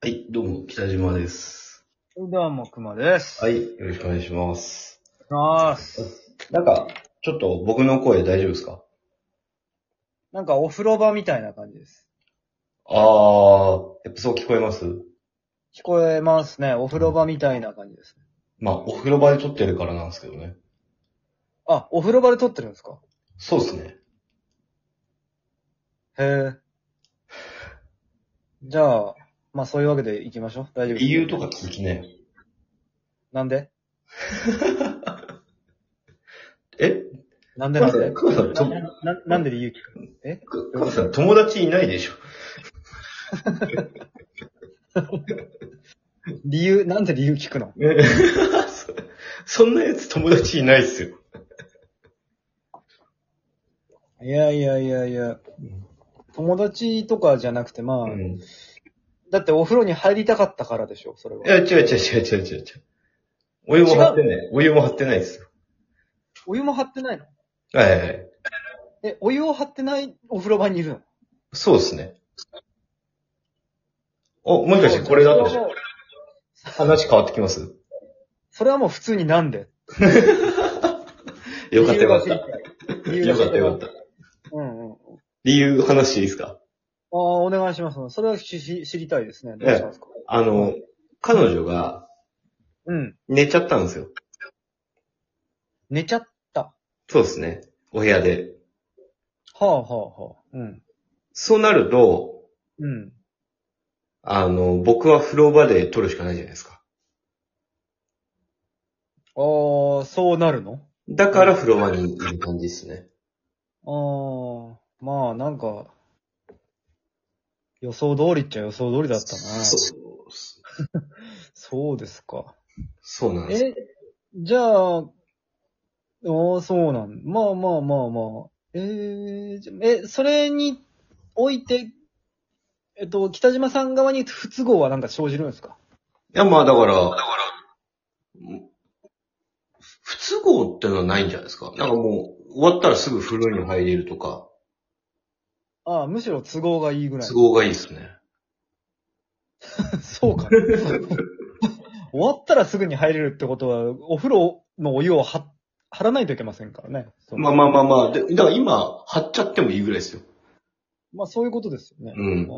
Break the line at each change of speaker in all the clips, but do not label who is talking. はい、どうも、北島です。
どうも、くまです。。
はいい、よろしくお願いします。
まーす。
なんか、ちょっと僕の声大丈夫ですか
なんかお風呂場みたいな感じです。
あー、やっぱそう聞こえます
聞こえますね。お風呂場みたいな感じです。
まあ、お風呂場で撮ってるからなんですけどね。
あ、お風呂場で撮ってるんですか
そうですね。
へえ。じゃあ、まあそういうわけで行きましょう。大丈夫です
理由とか聞きね。
なんで
え
なんで
熊
なん
さん、
で
熊さん、
な
と
ななんで理由聞
く
く
熊さん友達いないでしょ
理由、なんで理由聞くの
ねそそんなやつ友達いないっすよ。
いやいやいやいや。友達とかじゃなくて、まあ、
うん。い
だってお風呂に入りたかったからでしょ、それは。
や、違う違う違う違う違う違う。お湯も張ってない。お湯も張ってないですよ。
お湯も張ってないの
はいはいはい。
え、お湯を張ってないお風呂場にいるの
そうですね。お、もしかしてこれだと話変わってきます
それはもう普通になんで
よかったよかった。よ
よ
かったよかった。
うんうん。あ
理由話していいですか
あー、お願いします。それはしし知りたいですね。どうしますか、
あの、彼女が
うん。
寝ちゃったんですよ。
寝ちゃった。
そうですね。お部屋で。
はあはあはあ。うん。
そうなると、
うん。
あの、僕は風呂場で撮るしかないじゃないですか。
ああ、そうなるの
だから風呂場にいる感じですね。
ああ、まあなんか、予想通りっちゃ予想通りだったな。
そう、
そうですか。
そうなんです。
え、じゃあ、ああ、そうなん。まあまあまあまあ。えーじゃえ、それにおいて、えっと、北島さん側に不都合はなんか生じるんですか
いや、まあだから、うん不都合ってのはないんじゃないですか。なんかもう、終わったらすぐ風呂に入れるとか、
ああ、むしろ都合がいいぐらい
都。合がいいですね。
そうか。 終わったらすぐに入れるってことは、お風呂のお湯をは張らないといけませんからね。その
まあまあまあまあ、でだから今、貼っちゃってもいいぐらいですよ。
まあそういうことですよね。
うん。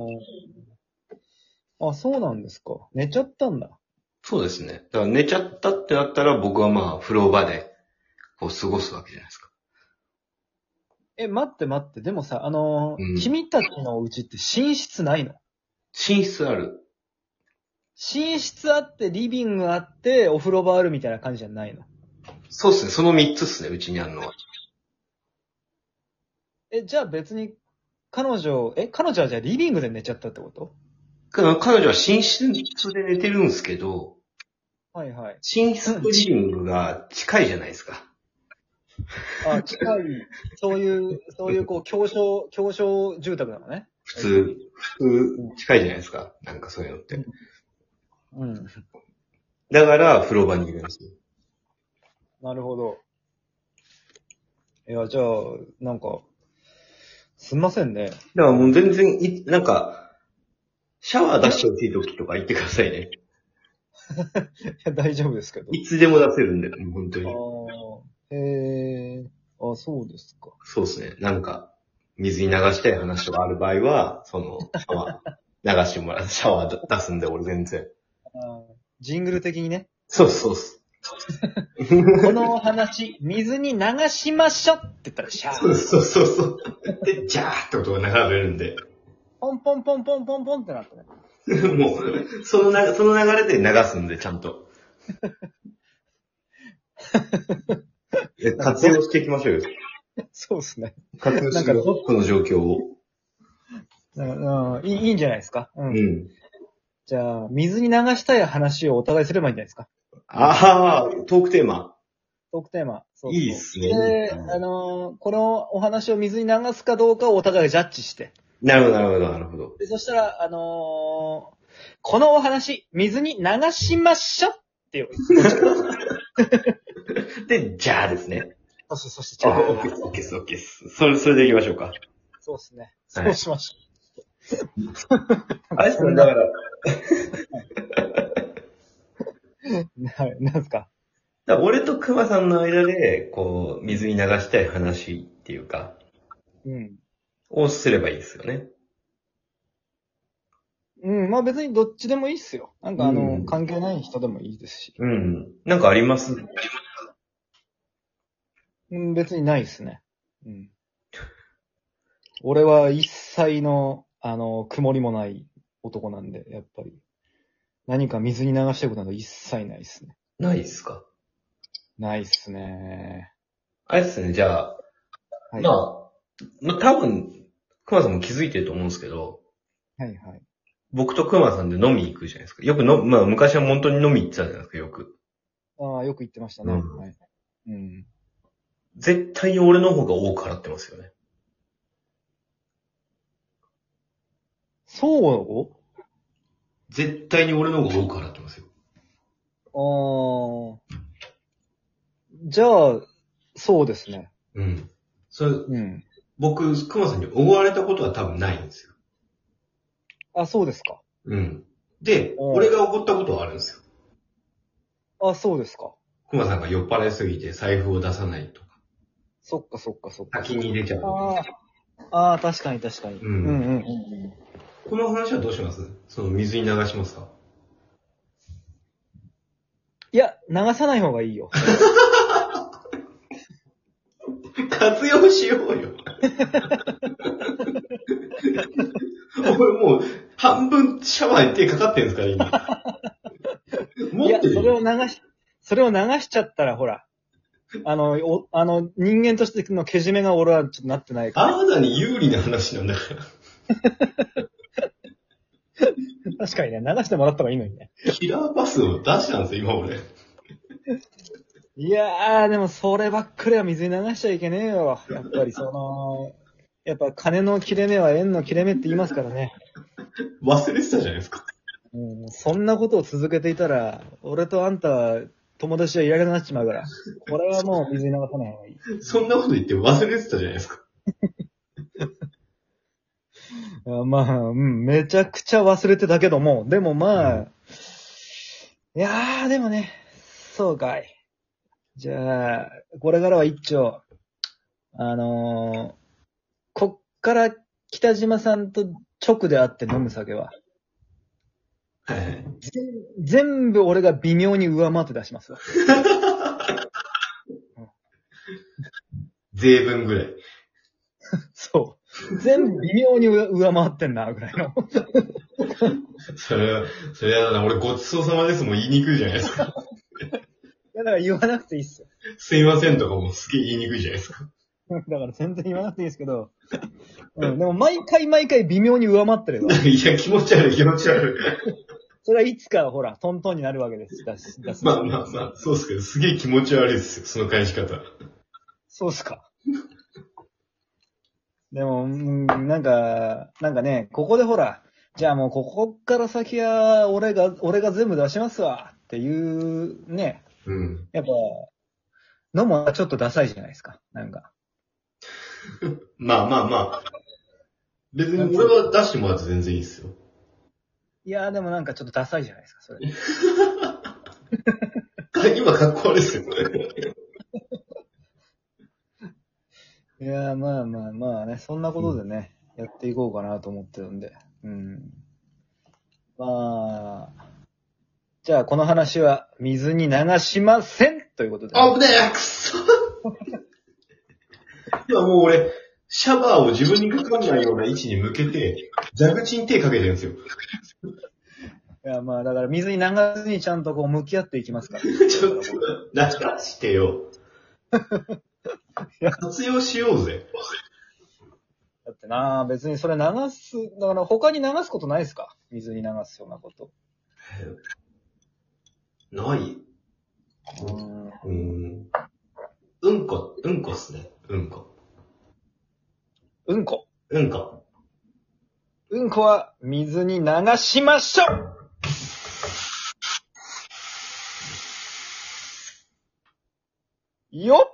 あーあ、そうなんですか。寝ちゃったんだ。
そうですね。だから寝ちゃったってなったら僕はまあ、風呂場で、こう過ごすわけじゃないですか。
え、待って待って、でもさ、あのー
うん
君たちのうちって寝室ないの
寝室ある。
寝室あって、リビングあって、お風呂場あるみたいな感じじゃないの
そうですね。その3つっすね、うちにあるのは。
え、じゃあ別に、彼女、え、彼女はじゃあリビングで寝ちゃったってこと
か彼女は寝室で寝てるんですけど、
はいはい。
寝室とリビングが近いじゃないですか。
あ、近い、そういう、そういう、こう、狭小、狭小住宅なのね。
普通、普通、近いじゃないですか。なんかそういうのって。
うん。
だから、風呂場にいるんですよ。
なるほど。いや、じゃあ、なんか、すんませんね。
だからもう全然い、なんか、シャワー出してほしい時とか言ってくださいね。
いや、大丈夫ですけど。
いつでも出せるんで、もう本当に。
ああ、へえ、あ、そうですか。
そうですね。なんか、水に流したい話とかある場合は、その、シャワー、流してもらう。シャワー出すんで、俺全然。
あージングル的にね。
そうそうっす。
このお話、水に流しましょうって言ったら、シャ
そ
ー。
うそうそうそう。で、ジャーって音が流れるんで。
ポンポンポンポンポンポンってなったね。
もう、そのな、その流れで流すんで、ちゃん と。え活用していきましょうよ。
そうですね。
活用していきましょうこの状況を。
うん、いいいいんじゃないですか。う。
うんん。
じゃあ、水に流したい話をお互いすればいいんじゃないですか。
ああ、トークテーマ。
トークテーマ。そうそう
いいっすね。
で、あのーこのお話を水に流すかどうかをお互いジャッジして。
なるほど、なるほど、なるほど。
で、そしたら、あのーこのお話、水に流しましょうっていう。
で、じゃあですね。
そして、そして、
あ、オッケーオッケーオッケーそれ、それで行きましょうか。
そうですね。
は
そ
いう
しましょう。
あれですね、だから、
な、なんすか
だから俺と熊さんの間で、こう、水に流したい話っていうか、
うん。
をすればいいですよね。
うん、まあ別にどっちでもいいっすよ。なんかあの、
うん
関係ない人でもいいですし。
うん。なんかあります
うん、別にないっすね。うん。俺は一切の、あの、曇りもない男なんで、やっぱり。何か水に流したいことなど一切ないっすね。
ないですか
ないっすね。
あれですね、じゃあ、
はい。
ま
は
あ、まあ多分、熊さんも気づいてると思うんですけど、
いはい。
僕と熊さんで飲み行くじゃないですか。よくの、まあ昔は本当に飲み行ってたじゃないですか、よく。
ああ、よく言ってましたね。
うん
はい。うん。
絶対に俺の方が多く払ってますよね。
そう
絶対に俺の方が多く払ってますよ。
ああ。じゃあ、そうですね。
うん。それ、
うん。
僕、熊さんにおごられたことは多分ないんですよ。
あ、そうですか。
うん。で、
うん
俺がおごったことはあるんですよ。
あ、そうですか。
熊さんが酔っ払いすぎて財布を出さないとか、
そっかそっかそっか。
先に入れちゃうとか。
ああ。ああ、確かに確かに。
う
うんんうんうんうん。
この話はどうしますその水に流しますか
いや、流さない方がいいよ。
活用しようよ。俺もう、半分シャワーに手かかってるんですから、今。
い
持っ
や、
て
そ
る
れを
よ。
流し、それを流しちゃったら、ほら。あの、お、あの、人間としてのけじめが俺はちょっとなってないか
あなたに有利な話なんだから。
ら。確かにね、流してもらった方がいいのにね。
キラーパスを出したんですよ、今俺。
いやー、でもそればっかりは水に流しちゃいけねえよ。やっぱりその、やっぱ金の切れ目は縁の切れ目って言いますからね。
忘れてたじゃないですか。
うん、そんなことを続けていたら、俺とあんたは友達はいられなくなっちまうから。これはもう水に流さない方がいい。
そんなこと言って忘れてたじゃないですか。
あ まあ、うん、めちゃくちゃ忘れてたけども、でもまあ、いやー、でもね、そうかい。じゃあ、これからは一丁、あのー、こっから北島さんと直で会って飲む酒は、
はいはい。
全部俺が微妙に上回って出しますわ。
税分ぐらい。
そう。全部微妙に上上回ってんな、ぐらいの。
それは、それはな、俺ごちそうさまですも言いにくいじゃないですか。
いや、だから言わなくていいっすよ。
すいませんとかもすげえ言いにくいじゃないですか。
だから全然言わなくていいですけど。うん、でも毎回毎回微妙に上回ってるよ。
いや、気持ち悪い気持ち悪い。
それはいつかほら、トントンになるわけです。だしだし
まあまあまあ、そうっすけど、すげえ気持ち悪いですよ、その返し方。
そうっすか。でも、うんなんか、なんかね、ここでほら、じゃあもうここから先は、俺が、俺が全部出しますわ、っていう、ね、
うん。
やっぱ、のもちょっとダサいじゃないですか。なんか。
まあまあまあ。別に俺は出してもらって全然いいですよ。
いやーでもなんかちょっとダサいじゃないですか、それ。
今かっこ悪いですよ、
いやーまあまあまあね、そんなことでね、やっていこうかなと思ってるんで。うん。まあ、じゃあこの話は水に流しませんということで。
あぶねえくそ今もう俺、シャワーを自分にかかんないような位置に向けて、蛇口に手かけてるんですよ。
いやまあだから水に流すにちゃんとこう向き合っていきますから。い
ちょっと、出してよ。活用しようぜ。
だってなあ、別にそれ流す、だから他に流すことないですか水に流すようなこと。
ない
うん。
うん。うんこ、うんこっすね。うんこ。
うんこ。
うんこ。
うんこは水に流しましょうよっ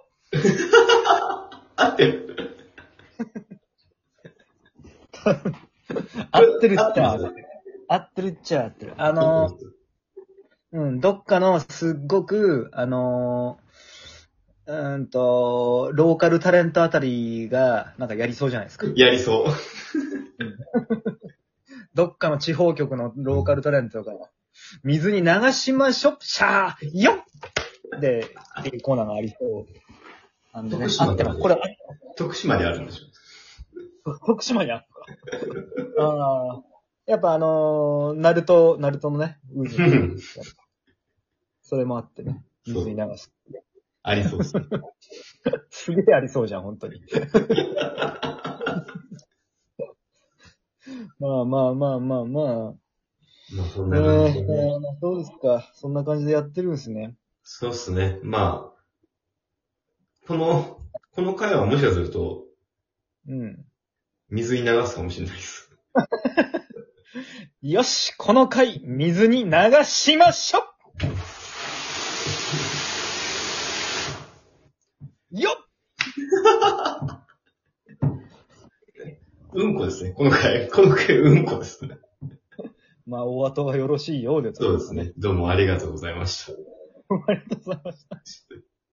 合ってる
合ってるっ
合っててま
な
す。
合ってるっちゃ合ってる。あの、うん、どっかのすっごく、あの、うーんと、ローカルタレントあたりが、なんかやりそうじゃないですか。
やりそう。
どっかの地方局のローカルタレントが、水に流しましょ、シャーよっで、っていうコーナーがありそう。なんでね
徳、島
合ってます。これ、
徳島にあるんでしょ。
徳島にあった。ああ。やっぱあのー、ナルト、ナルトのね、渦
うん
それもあってね、
そう
水に流す。
ありそうです。
すげえありそうじゃん、本当 に。まあまあまあまあまあ。
まあ、そん
え
な感じでね。
ーそうですか。そんな感じでやってるんですね。
そうっすね。まあ、この、この回はもしかすると、
うん。
水に流すかもしれないです。
よしこの回、水に流しましょうよっ
うんこですね。この回、この回、うんこですね。
まあ、お後がよろしいようで。
そうですね。どうもありがとうございました。
ありがとうございました。
ちょっと